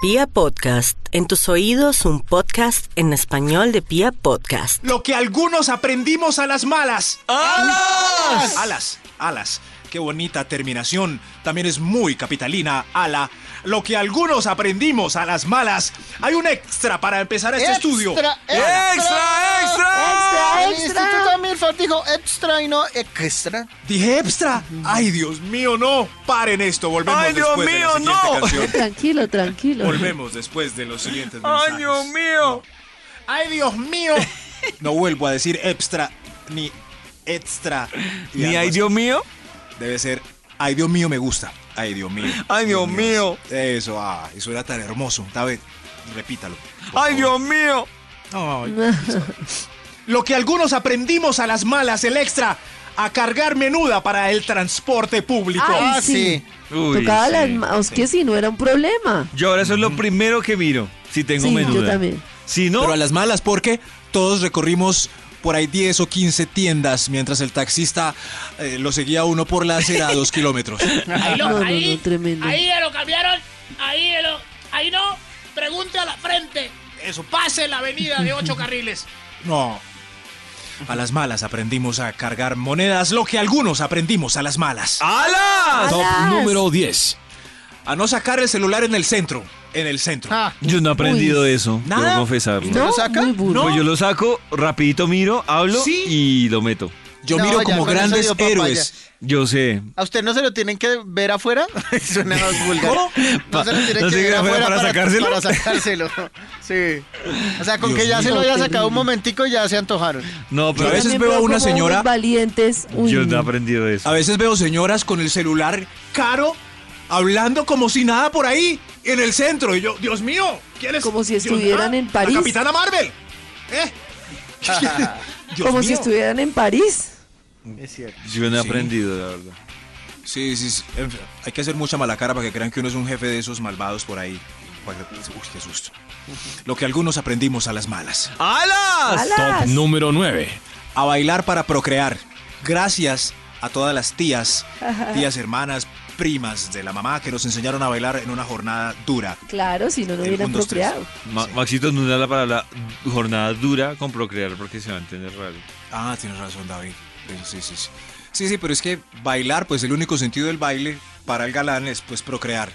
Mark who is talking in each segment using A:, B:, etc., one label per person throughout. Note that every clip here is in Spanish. A: Pia Podcast, en tus oídos un podcast en español de Pia Podcast.
B: Lo que algunos aprendimos a las malas.
C: ¡Alas!
B: Alas, alas. Qué bonita terminación. También es muy capitalina, ala. Lo que algunos aprendimos a las malas. Hay un extra para empezar este estudio.
C: Extra, extra,
D: Extra,
C: extra.
D: extra.
C: El Instituto Milford dijo extra y no extra.
B: Dije extra. Ay, Dios mío, no. Paren esto. Volvemos
C: Ay, Dios
B: después de la
C: mío,
B: siguiente
C: no.
B: canción.
E: Tranquilo, tranquilo.
B: Volvemos después de los siguientes mensajes.
C: ¡Ay, Dios mío!
B: ¡Ay, Dios mío! No vuelvo a decir extra ni extra. Y
C: ¿Ni
B: algo
C: ay,
B: así.
C: Dios mío?
B: Debe ser, ay Dios mío, me gusta. Ay Dios mío.
C: Ay, Dios mío.
B: Eso, ah, eso era tan hermoso. Tal vez, repítalo. por
C: ¡Ay,
B: favor.
C: Dios mío!
B: Ay, Lo que algunos aprendimos a las malas, el extra, a cargar menuda para el transporte público.
E: Ay,
C: Ah,
E: sí.
F: Uy,
E: Tocaba
F: sí,
E: las manos, que sí, no era un problema.
F: Yo ahora eso es
C: Mm.
F: lo primero que miro, si tengo
E: Sí,
F: menuda.
E: yo también.
F: Si no,
B: Pero a las malas porque todos recorrimos por ahí 10 o 15 tiendas mientras el taxista eh, lo seguía a uno por la acera a dos kilómetros.
G: Ahí lo,
E: No, no,
G: ahí,
E: no, tremendo.
G: ahí ya lo cambiaron, ahí ya lo, ahí no, pregunte a la frente. Eso, pase la avenida de ocho carriles.
B: No. A las malas aprendimos a cargar monedas, lo que algunos aprendimos a las malas.
F: ¡Alas!
B: Top
E: ¡Alas!
B: número 10. A no sacar el celular en el centro. En el centro.
C: Ah,
F: Yo no he aprendido eso,
B: ¿Nada?
F: debo confesarlo.
E: No,
C: lo saca?
E: muy burro.
F: Pues yo lo saco, rapidito miro, hablo
B: Sí.
F: y lo meto.
B: Yo
C: No,
B: miro
C: ya,
B: como
C: con eso
B: grandes
C: dio papaya.
B: héroes.
F: Yo sé.
C: ¿A usted no se lo tienen que ver afuera? Suena más vulgar. No se lo tienen
F: ¿No
C: que
F: se
C: ver
F: ven
C: afuera para,
F: sacárselo?
C: para sacárselo. Sí. O sea, con
B: Dios
C: que ya se
E: mío.
C: lo haya sacado un momentico ya se antojaron.
F: No,
B: Yo
F: pero
B: a veces
E: También
B: veo a una
E: como
B: señora-
E: unos valientes. Uy,
F: yo no he
E: no.
F: aprendido eso.
B: A veces veo señoras con el celular caro hablando como si nada por ahí en el centro. Y yo, Dios mío, ¿quién es?
E: Como si
B: Dios-
E: estuvieran
B: ah,
E: en París.
B: La capitana Marvel. ¿Eh?
C: Ah.
B: Dios
E: como si
B: mío.
E: estuvieran en París.
C: Es cierto.
F: Yo no he
B: Sí.
F: aprendido, la verdad.
B: Sí, sí, sí. En fin, Hay que hacer mucha mala cara para que crean que uno es un jefe de esos malvados por ahí. Pues, Uy, qué susto. Lo que algunos aprendimos a las malas. Ah,
F: ¡Alas!
E: ¡Alas!
B: a bailar para procrear. Gracias a todas las tías, tías hermanas, primas de la mamá que nos enseñaron a bailar en una jornada dura.
E: Claro, si no, no
B: El
E: hubieran
B: un, dos, tres.
E: procreado.
F: Ma-
B: Sí.
F: Maxito, no da la palabra jornada dura con procrear porque se va a entender raro.
B: Ah, tienes razón, David. Eso Sí, sí, sí. Sí, sí, pero es que bailar, pues el único sentido del baile para el galán es pues procrear.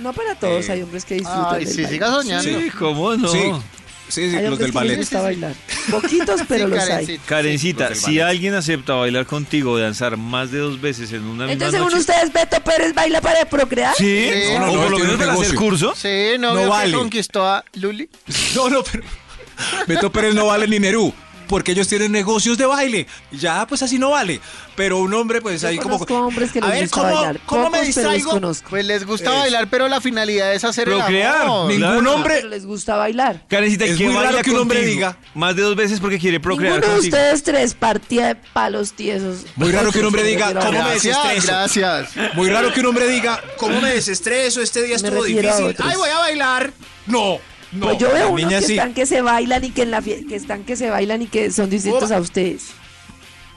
E: No para todos,
B: Eh,
E: hay hombres que disfrutan.
C: Ay,
E: del
C: sí,
E: baile.
C: siga soñando.
F: Sí, ¿cómo no?
B: Sí, sí, sí,
E: Hay
B: los del
E: hombres que les
B: ballet.
E: gusta bailar. Poquitos, pero
C: Sí,
E: los hay.
C: Karencita.
F: Karencita,
B: Los del
F: si
B: ballet.
F: alguien acepta bailar contigo o danzar más de dos veces en una misma
E: Entonces, según ¿ah?
F: noche,
E: ustedes, Beto Pérez baila para procrear.
F: ¿Sí?
C: Sí. No, no,
F: o
B: no,
F: por lo
B: tiene
F: menos
B: un
F: para hacer
B: negocio.
F: curso.
C: Sí, no,
B: No
C: vio que
B: vale.
C: conquistó a Luli.
B: No, no, pero Beto Pérez no vale ni Nerú. Porque ellos tienen negocios de baile. Ya, pues así no vale. Pero un hombre, pues
E: Yo
B: ahí como.
E: conozco hombres que
B: a
E: les
B: ver,
E: gusta
B: ¿cómo,
E: bailar.
B: cómo me
E: Pocos, pero los
B: distraigo?
E: conozco.
C: Pues les gusta
B: Es-
C: bailar, pero la finalidad es hacer
F: Procrear.
C: el amor.
F: Ni-
B: Ningún
F: Claro.
B: hombre.
E: Pero les gusta bailar.
F: Karencita,
B: Es
F: ¿quién
B: muy raro
F: baila
B: que un hombre
F: contigo
B: diga-
F: Más de dos veces porque quiere procrear
E: Ninguno de
F: contigo.
E: ustedes tres partía de palos tiesos.
B: Muy raro que un hombre diga,
E: Pero
B: ¿cómo me
C: Gracias,
B: desestreso?
C: gracias.
B: Muy raro que un hombre diga, ¿cómo me desestreso? Este día
E: Me
B: estuvo
E: refiero a
B: difícil.
E: otros.
B: ¡Ay, voy a bailar! No, no.
E: Pues yo
B: La
E: veo unos
B: niña
E: que
B: sí.
E: están que se bailan y que en la fie- que están que se bailan y que son distintos
B: Oba.
E: a ustedes.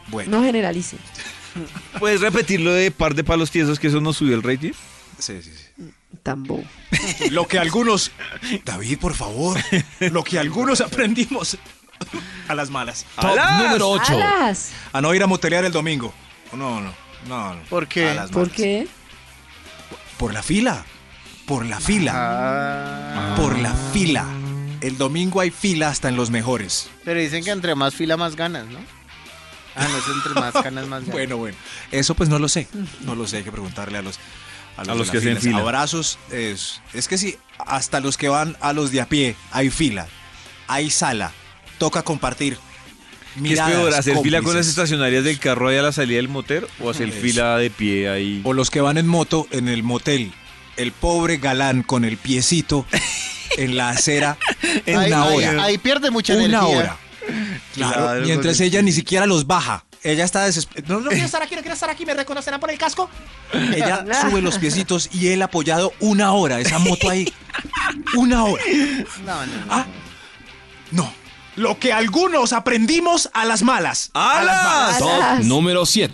B: Bueno,
E: No generalicen.
F: ¿Puedes repetir lo de par de palos tiesos que eso nos subió el rating?
B: sí, sí, sí.
E: Tambo.
B: Lo que algunos. David, por favor. Lo que algunos aprendimos a las malas.
F: número
E: ¡Alas!
B: A no ir a motelear el domingo. No, no, no. no.
C: ¿Por qué?
B: A las
E: ¿Por
B: malas.
E: qué?
B: Por la fila. Por la fila.
C: Ah,
B: Por la fila. El domingo hay fila hasta en los mejores.
C: Pero dicen que entre más fila, más ganas, ¿no? Ah, no, es entre más ganas, más ganas.
B: Bueno, bueno. Eso pues no lo sé. No lo sé, hay que preguntarle a los a
F: los
B: de
F: que
B: las
F: hacen
B: filas.
F: fila.
B: Abrazos es, es que sí, hasta los que van a los de a pie hay fila, hay sala, toca compartir.
F: ¿Qué es peor,
B: miradas,
F: hacer fila con las
B: cómplices.
F: estacionarias del carro ahí a la salida del motel o hacer
B: Eso.
F: fila de pie ahí?
B: O los que van en moto en el motel, el pobre galán con el piecito en la acera en
C: ahí,
B: una
C: ahí-
B: hora.
C: Ahí pierde mucha
B: una
C: energía.
B: hora. Claro,
C: Claro,
B: mientras
C: porque-
B: ella
E: este
B: ni siquiera los baja. Ella está desesperada. No, no,
G: No quiero estar aquí, no quiero estar aquí, me reconocerán por el casco.
B: Ella sube los piecitos y él apoyado una hora, esa moto ahí. Una hora.
C: No, no, no.
B: Ah, no. Lo que algunos aprendimos a las malas. A las malas.
E: ¡Alas!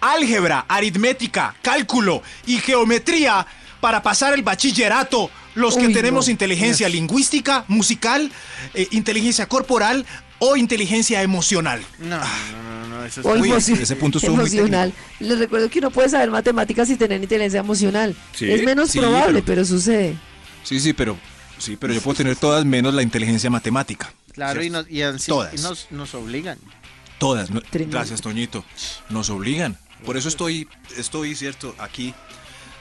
B: Álgebra, aritmética, cálculo y geometría para pasar el bachillerato Los que
E: Uy,
B: tenemos
E: no.
B: inteligencia lingüística, musical, eh, inteligencia corporal o inteligencia emocional.
C: No,
E: Ah.
C: no, no, no, eso es
E: O
B: Uy,
E: emocio-
B: ese punto estuvo muy
E: emocional. Les recuerdo que uno puede saber matemáticas y tener inteligencia emocional.
F: Sí,
E: es menos
B: sí,
E: probable,
B: pero-
E: pero, sucede.
B: Sí, sí, pero sí, pero yo puedo tener todas menos la inteligencia matemática.
C: claro y,
B: ¿cierto?
C: nos, y así-
B: Todas.
C: y nos, nos obligan.
B: Todas. no-
E: Tremendo.
B: Gracias, Toñito. Nos obligan. Por eso estoy, estoy, cierto, aquí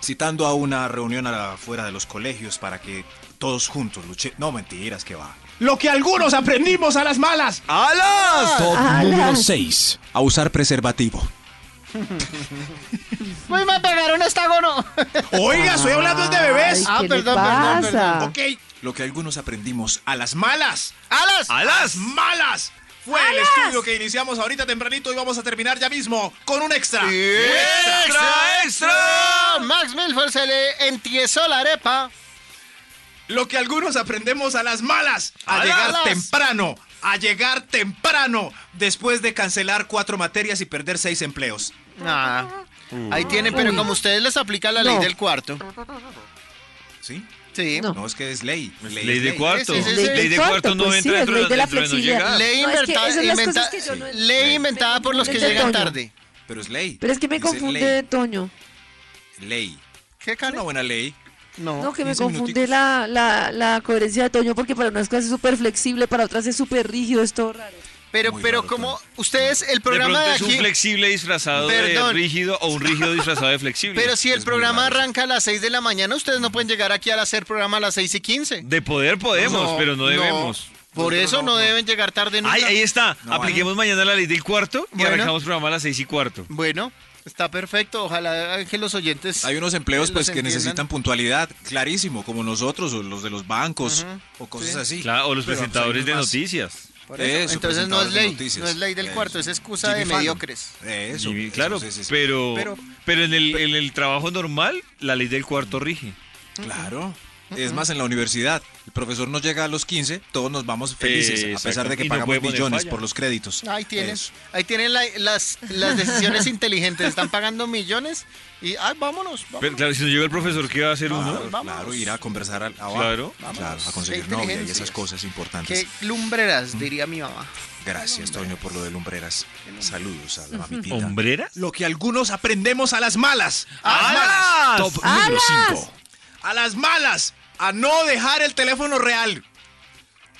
B: citando a una reunión afuera de los colegios para que todos juntos luche. No mentiras, que va. Lo que algunos aprendimos a las malas.
F: ¡Alas!
D: Top
E: Ala.
D: número 6.
B: A usar preservativo.
C: Pues me pegaron hestagono.
B: Oiga, estoy hablando de bebés.
C: Ah,
E: ¿qué le
C: perdón,
E: pasa?
C: perdón,
E: Ah.
C: perdón.
B: Ok. Lo que algunos aprendimos a las malas.
C: ¡Alas!
F: ¡Alas!
B: malas. Fue el estudio que iniciamos ahorita tempranito y vamos a terminar ya mismo con un extra.
F: ¡Extra, extra!
C: Max Milford se le entiesó la arepa.
B: Lo que algunos aprendemos a las malas. A,
C: ¡A
B: llegar
C: las!
B: temprano. A llegar temprano. Después de cancelar cuatro materias y perder seis empleos.
C: Ah, ahí tienen, pero como ustedes les aplica la ley
E: No.
C: del cuarto.
B: ¿Sí?
C: Sí.
E: No.
B: No, es que es ley.
F: Ley de
B: ley.
F: cuarto.
C: Sí, sí, sí.
F: Ley de cuarto no
E: Pues sí,
F: entra
E: es
F: dentro
E: ley de la
F: dentro no
E: flexibilidad.
F: llega.
C: Ley
E: No, es que
C: inventa-
E: esas son las cosas
C: inventa-
E: que yo no-
C: ley inventada por los que
E: Desde
C: llegan
E: otoño.
C: tarde.
B: Pero es ley.
E: Pero es que me
B: Dice
E: confunde, Toño.
B: Ley. ley.
C: ¿Qué
B: Es una
C: caro?
B: buena ley.
E: No, que me
B: 15
E: confunde
B: minuticos.
E: la, la, la coherencia de Toño, porque para unas cosas es súper flexible, para otras es súper rígido, es todo raro.
C: Pero,
B: Muy
C: pero
B: raro,
C: como ustedes, el
F: De
C: programa
F: pronto
C: de,
F: es un
C: aquí.
F: flexible disfrazado de
C: Perdón.
F: rígido o un rígido disfrazado de flexible.
C: Pero si el
B: Es muy
C: programa
B: raro.
C: arranca a las 6 de la mañana, ustedes no pueden llegar aquí a hacer programa a las 6 y 15.
F: De poder podemos,
C: No,
F: pero no debemos.
C: Por eso no, deben llegar tarde nunca.
F: Ay, ahí está.
B: No,
F: Apliquemos mañana la ley del cuarto y
C: Bueno.
F: arrancamos programa a las seis y cuarto.
C: Bueno, está perfecto. Ojalá que los oyentes.
B: Hay unos empleos
C: los
B: pues que
C: entiendan.
B: necesitan puntualidad, clarísimo, como nosotros, o los de los bancos, o cosas así.
F: Claro, o los
B: Pero, pues,
F: presentadores
B: hay
F: de
B: más.
F: noticias.
C: Por eso.
B: Eso, pues,
C: Entonces no
B: presentadores
C: es
B: de
C: ley.
B: noticias.
C: No es ley del
B: Eso.
C: cuarto, es excusa
B: Jimmy
C: de
B: Fallon.
C: mediocres.
B: Eso.
F: Jimmy,
B: eso,
F: claro,
B: sí, sí, sí.
F: pero, pero,
B: Pero-
F: en, el, en el trabajo normal, la ley del cuarto rige.
B: Claro. Es más, en la universidad, el profesor nos llega a los 15, todos nos vamos felices, a
F: Eh, Exacto.
B: pesar de que
F: Y no
B: pagamos
F: puede poner
B: millones
F: falla.
B: por los créditos.
C: Ahí tienen,
B: Eso.
C: ahí tienen la- las, las decisiones inteligentes. Están pagando millones y ay, vámonos. vámonos.
F: Pero claro, si no llega el profesor, ¿qué va a hacer
B: Claro,
F: uno?
C: Vamos.
B: claro, ir a conversar al, abajo.
F: Claro.
B: Claro, a conseguir
C: Qué
B: novia y esas
C: inteligencias.
B: cosas importantes.
C: Qué lumbreras, diría mi mamá.
B: Gracias, Toño, por lo de lumbreras. Saludos a la mamitita.
F: ¿Hombrera?
B: Lo que algunos aprendemos a las malas. A las malas.
F: ¡Alas!
D: Top número 5.
B: A las malas. A no dejar el teléfono real.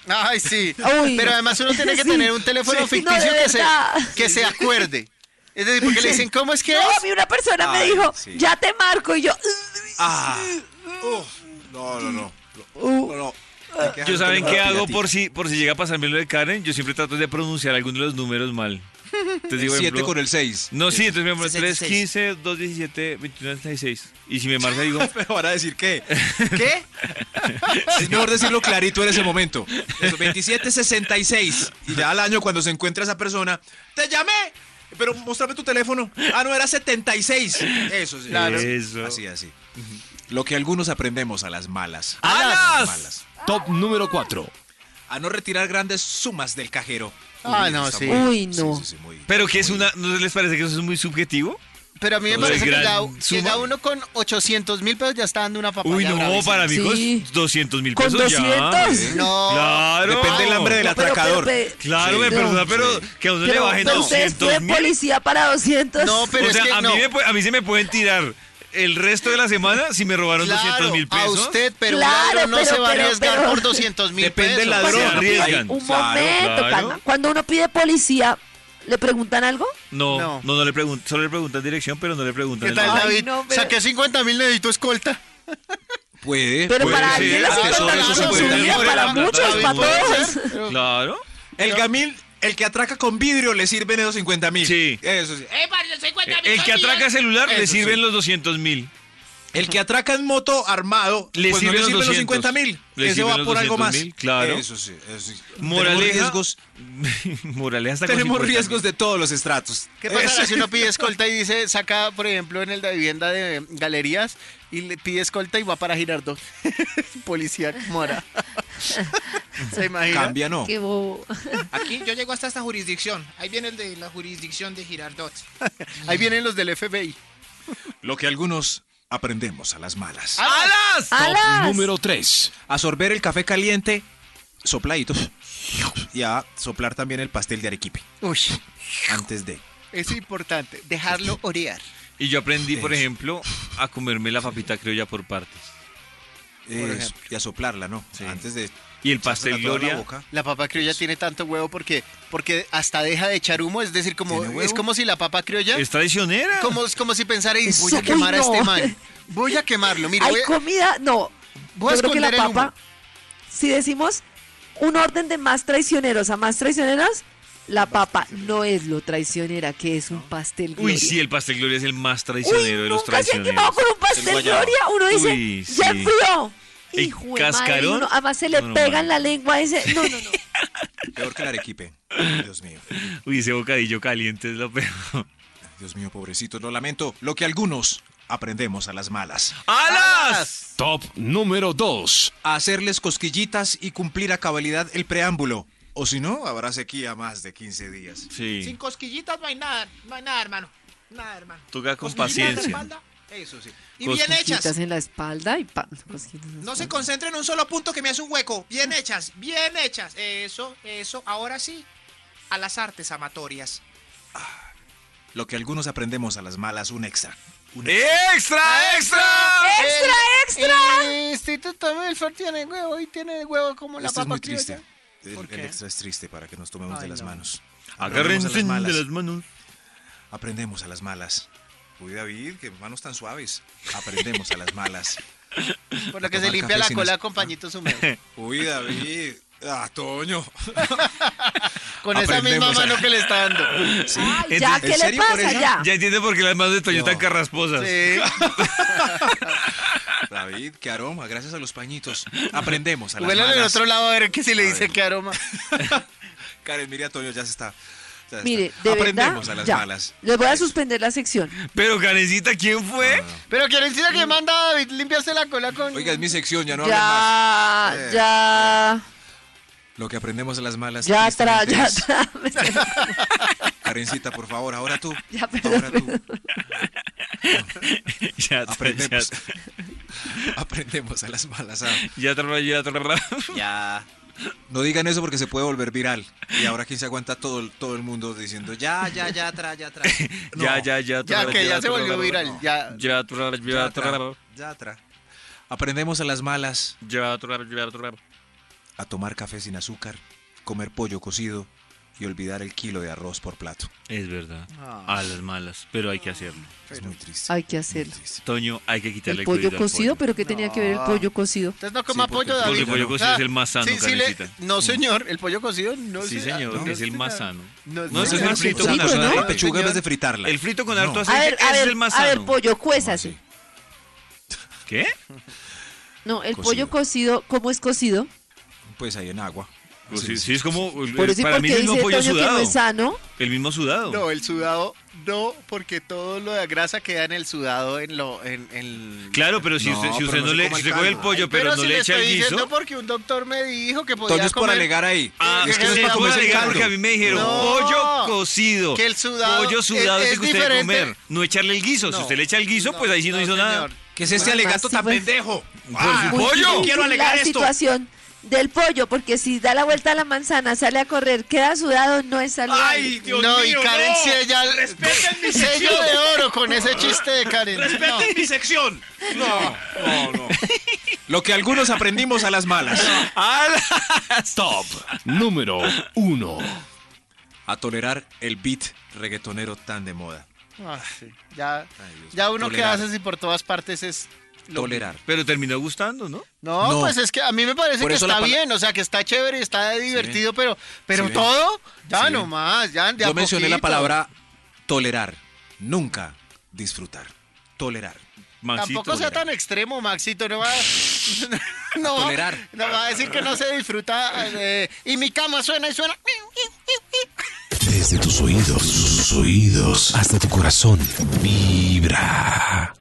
C: Ay, sí.
E: Uy.
C: Pero además uno tiene que
E: Sí.
C: tener un teléfono
E: Sí,
C: ficticio
E: no, de
C: que, se,
E: verdad.
C: que se acuerde. Es decir, porque le dicen, ¿cómo es que
E: No, a
C: es?
E: mí una persona me
B: Ay,
E: dijo,
B: sí.
E: ya te marco, y yo,
B: Ah. Uf. No, no, no. No, no. Hay que dejar
F: Yo
B: el
F: saben
B: teléfono
F: qué hago
B: piratita.
F: por si, por si llega a pasarme lo de Karen, yo siempre trato de pronunciar alguno de los números mal. Entonces digo, por
B: 7
F: ejemplo,
B: con el Eh, 6.
F: No, sí, entonces mi amor, 3, 15, 2, 17, 21, 36. Y si me marca, digo,
B: Pero van a decir qué.
C: ¿Qué?
B: Es mejor decirlo clarito en ese momento. Eso, 2766. Y ya al año cuando se encuentra esa persona, te llamé. Pero mostrame tu teléfono. Ah, no, era 76. Eso sí.
C: Claro.
F: Eso.
B: Así, así. Lo que algunos aprendemos a las malas.
F: ¡Alas!
B: las malas.
D: Top número 4.
B: A no retirar grandes sumas del cajero.
C: Ah,
B: Uy,
C: no,
B: está
C: sí.
B: muy-
E: Uy, no.
B: sí, sí, sí, muy-
F: pero que es
B: muy-
F: una. ¿No les parece que eso es muy subjetivo?
C: Pero a mí me
F: Entonces,
C: parece que
F: gran
C: ya
F: suma.
C: llega uno con 800 mil pesos ya está dando una papaya.
F: Uy, no,
C: bravísima.
F: para mí con
E: Sí.
F: 200 mil
E: ¿Con
F: pesos ya.
E: 200?
F: ¿eh?
C: No.
F: Claro.
B: Depende del hambre del
E: No, pero-
B: atracador.
E: pero- pero-
F: Claro,
B: Sí.
F: me
E: No.
F: perdona, pero
B: Sí.
F: que a uno le
E: pero,
F: bajen
E: pero ustedes
F: 200
E: fueron
F: mil.
E: policía para 200.
C: No, pero
F: O
C: es que
F: sea, a
C: no.
F: mí, me, pu- a mí se me pueden tirar el resto de la semana si me robaron 200
C: Claro,
F: mil
C: a
F: pesos.
C: usted, pero
E: Claro,
C: un ladrón no
E: pero-
C: se va a
E: pero-
C: arriesgar
E: pero-
C: por 200 mil pesos.
B: Depende del ladrón.
F: Se arriesgan.
E: Un
B: Claro,
E: momento,
F: claro.
E: calma. Cuando uno pide policía, ¿le preguntan algo?
F: No, no,
C: No.
F: no, le preguntan, solo le preguntan dirección, pero no le preguntan
C: ¿Qué
F: el
C: tal,
F: nombre.
C: David?
E: no, pero-
C: Saqué 50 mil, necesito escolta.
B: Puede.
E: Pero
B: puede
E: para
B: ser.
E: alguien las
B: Ah, sobre
F: claro,
E: 50 mil
B: eso
E: son
B: se
E: su
B: puede
F: claro,
E: vida,
B: hablar.
E: para
F: claro,
E: muchos,
F: claro,
E: para
F: claro.
E: todos.
F: Claro.
B: El Gamil, el que atraca con vidrio le sirven esos 50 mil.
F: Sí.
B: Eso sí.
G: Eh, para el 50 mil
F: El que
G: son
F: atraca
G: millones.
F: celular le
B: Eso
F: sirven
B: sí.
F: los 200 mil.
B: El que atraca en moto armado
F: Le
B: pues
F: sirven
B: no le
F: los
B: sirven los
F: 200.
B: 50 mil.
F: Le
B: Ese
F: sirven
B: va
F: los
B: por algo más.
F: 200.000, claro.
B: Eso sí, eso sí. Tenemos
F: Moraleja.
B: riesgos,
F: Moraleja hasta con
B: tenemos
F: 50.000.
B: riesgos de todos los estratos.
C: ¿Qué pasa
B: Eso.
C: si uno pide escolta y dice, saca, por ejemplo, en el de vivienda de galerías y le pide escolta y va para Girardot? Policía mora. ¿Se imagina?
B: Cambia, no.
E: Qué bobo.
G: Aquí yo llego hasta esta jurisdicción. Ahí viene el de la jurisdicción de Girardot.
C: Ahí vienen los del FBI.
B: Lo que algunos aprendemos a las malas.
C: ¡Alas!
E: ¡Alas!
D: Número 3.
B: A sorber el café caliente, sopladitos. Y a soplar también el pastel de arequipe
C: Uy,
B: antes de.
C: es importante, dejarlo orear.
F: Y yo aprendí, por
B: Eso.
F: ejemplo, a comerme la papita criolla por partes.
B: eh,
C: ejemplo.
B: y a soplarla, ¿no?
F: Sí.
B: Antes de.
F: Y el
B: echársela
F: pastel
B: toda la
F: Gloria.
B: boca.
C: La papa criolla tiene tanto huevo porque, porque hasta deja de echar humo, es decir, como,
B: ¿Tiene huevo?
C: es como si la papa criolla,
F: Es traicionera.
C: como, es como si pensara, "Ey, voy
E: Eso-
C: a quemar a
E: uy, no.
C: este man, voy a quemarlo, mira,
E: Hay
C: voy a-
E: comida, no.
C: voy a
E: Yo creo que la
C: esconder el humo.
E: papa, si decimos un orden de más traicioneros a más traicioneras, la papa no es lo traicionera que es un pastel
F: Uy,
E: gloria.
F: sí, el pastel Gloria es el más
E: Uy,
F: traicionero de los
E: nunca se ha quemado
F: traicioneros.
E: con un pastel
B: guayabo.
E: gloria. Uno dice,
F: Uy, sí.
E: ya enfrió.
F: El
E: Hijo de madre,
F: cascarón,
E: uno- además se le
F: no, no,
E: pega
F: man.
E: en la lengua ese. No, no, no.
B: Peor que el arequipe. Dios mío.
F: Uy, ese bocadillo caliente es lo peor.
B: Dios mío, pobrecito. Lo lamento. Lo que algunos aprendemos a las malas.
F: ¡Alas!
D: Top número 2.
B: A hacerles cosquillitas y cumplir a cabalidad el preámbulo. O si no, habrá sequía más de 15 días.
G: Sin
F: Sí,
G: cosquillitas no hay nada, no hay nada, hermano. Nada, hermano.
F: toca con
G: Cosquillitas en la
F: paciencia.
G: espalda, Eso sí. Y bien
E: Cosquillitas
G: hechas.
E: en la espalda y pues, pan. cosquillitas en la
G: No se
E: espalda.
G: concentre en un solo punto que me hace un hueco. Bien hechas, bien hechas. Eso, eso. Ahora sí, a las artes amatorias.
B: Lo que algunos aprendemos a las malas, un extra. Un e- Este
F: ¡Extra, extra!
E: ¡Extra, extra!
C: El Instituto Milford tiene huevo y tiene huevo como la
B: Este es
C: papa
B: muy
C: criolla.
B: triste. El,
C: ¿Por
B: el
C: qué?
B: extra es triste para que nos tomemos de
C: Ay,
B: las
C: no.
B: manos. Aprendemos a
F: Agárrense
B: las malas.
F: de las manos.
B: Aprendemos a las malas. Uy, David, qué manos tan suaves. Aprendemos a las malas.
C: Por lo
B: A
C: que se
B: tomar
C: limpia
B: café
C: la
B: sin
C: cola
B: azúcar.
C: con
B: Ah.
C: pañitos húmedos.
B: Uy, David. Ah, Toño.
C: Con esa misma
B: Aprendemos a-
C: mano que le está dando.
B: Sí.
E: Ay, ya,
F: ¿En
E: ¿qué le
B: serio por
E: pasa
B: eso?
E: ya?
F: Ya entiende por qué las manos de Toño
B: No.
F: están carrasposas.
C: Sí.
B: David, qué aroma. Gracias a los pañitos. Aprendemos a las
C: Huélale
B: malas.
C: al otro lado a ver qué si le
B: A
C: dice
B: ver.
C: qué aroma.
B: Karen, mire a Toño, ya se está. ya se
E: Mire,
B: está.
E: de
B: Aprendemos
E: verdad,
B: a las
E: ya.
B: malas.
E: Les voy a suspender la sección.
F: Pero, Karencita, ¿quién fue?
B: Ah.
C: Pero quiero decir que manda a David limpiarse la cola con.
B: Oiga, es mi sección, ya no hablen más.
E: ya,
B: Eh,
E: ya,
B: Lo que aprendemos a las malas.
E: ya, tra,
B: tristemente,
E: ya,
B: es-
E: tra. me está-
B: Karencita, por favor, ahora tú.
E: Ya, perdón,
B: ahora tú.
F: Ya, ya,
B: Aprendemos. aprendemos a las malas. ah.
F: ya, tra- ya, tra-
B: Ya. No digan eso porque se puede volver viral. Y ahora quién se aguanta todo, el- todo el mundo diciendo ya, ya, ya, tra, ya, tra. No,
F: ya, ya, ya,
C: Ya
F: tra-
C: que ya se volvió
F: tra-
C: viral. Ya.
F: Ya, tra- ya,
B: Ya,
F: tra-
B: tra, ya, tra. Aprendemos a las malas,
F: ya, tra- ya, tra-
B: a tomar café sin azúcar, comer pollo cocido y olvidar el kilo de arroz por plato.
F: Es verdad.
C: Ah.
F: A las malas, pero hay que hacerlo.
B: Es muy triste.
E: Hay que
B: muy
E: hacerlo.
B: triste.
G: Ah.
F: Toño, hay que quitarle
E: El pollo
F: crudo al
E: cocido, pero ¿qué tenía que ver el
C: No.
E: pollo cocido?
C: Entonces no coma
B: Sí, porque-
C: pollo, David.
F: Porque el pollo
C: O
F: cocido
C: sea,
F: es el más sano,
C: sí, sí le-
F: Karencita.
C: No, señor. El pollo cocido no
F: Sí,
C: se-
F: señor,
C: no
F: es el
C: se-
F: más sano.
C: No,
F: No, eso es
C: señor.
F: mal frito con
E: rico,
F: harto
E: ¿no?
B: La
E: Ay,
F: aceite.
B: pechuga Ah, no es de
C: señor.
B: fritarla.
F: El frito con harto
B: No.
E: A ver,
F: aceite
E: a
F: es
E: ver,
F: el más
E: a ver,
F: sano.
E: pollo,
B: ¿Cómo
E: cuésase.
F: ¿Qué?
E: No, el
B: Cocido.
E: pollo cocido, ¿cómo es cocido?
B: Pues ahí en agua.
F: Pues
B: Sí,
F: sí, sí, es como.
E: Por
F: eh,
E: eso y
F: para
E: porque
F: mí es el
E: dice
F: mismo pollo
E: Toño que no
F: sudado.
E: es sano.
F: El mismo sudado.
C: No, el sudado no, porque todo lo de grasa queda en el sudado, en lo, en, en-
F: Claro, pero si
B: No,
F: usted, si
B: pero
F: usted
B: no
F: no,
B: se
F: le
B: coma el
F: si usted coge el
B: caldo.
F: pollo,
C: Ay,
F: pero, no
C: si
F: le
C: le
F: echa
C: estoy
F: el
C: diciendo
F: guiso.
C: porque un doctor me dijo que podía
B: Toño es por
C: comer-
B: alegar ahí.
F: Ah,
B: es que
C: que
B: usted
C: se
B: come
F: puede
C: come
B: ese
F: alegar
B: caldo.
F: porque a mí me dijeron
C: No.
F: pollo cocido.
C: Que el sudado
F: Pollo sudado
C: es-
F: es,
C: es
F: el que usted debe
C: diferente.
F: comer. No echarle el guiso.
C: No,
F: si usted le echa el guiso, pues ahí sí no, hizo nada.
C: señor.
B: ¿Qué es este
E: Mamá,
B: alegato
E: sí,
B: tan
E: pues.
B: pendejo?
F: Ah,
B: Por
F: pollo.
B: supuesto, quiero alegar
E: la
B: esto.
E: situación del pollo, porque si da la vuelta a la manzana, sale a correr, queda sudado, no es saludable.
B: Ay, Dios
C: no,
B: mío,
C: y Karen
B: no.
C: si ella
B: Respeten mi
C: sello
B: sección.
C: de oro con ese chiste de Karen. No.
B: Respeten mi sección. No, no, no. Lo que algunos aprendimos a las malas.
D: Top número 1.
B: A tolerar el beat reggaetonero tan de moda.
C: Ah, sí. Ya,
B: Ay, Dios.
C: ya uno
B: Tolerar.
C: que hace si por todas partes es lo-
B: Tolerar.
F: Pero terminó gustando, ¿no?
C: No,
B: No.
C: pues es que a mí me parece
B: Por
C: que
B: eso la
C: está
B: pala-
C: bien, o sea, que está chévere, está divertido, pero pero
B: Sí, ven.
C: todo ya
B: Sí, ven.
C: nomás, ya de a
B: Yo mencioné la
C: poquito.
B: palabra tolerar. Nunca disfrutar. Tolerar.
F: Maxito.
C: Tampoco sea tan extremo, Maxito. No va, no, va-
B: tolerar.
C: no va a decir que no se disfruta. eh, y mi cama suena y suena.
H: Desde tus oídos, tus oídos, hasta tu corazón, vibra.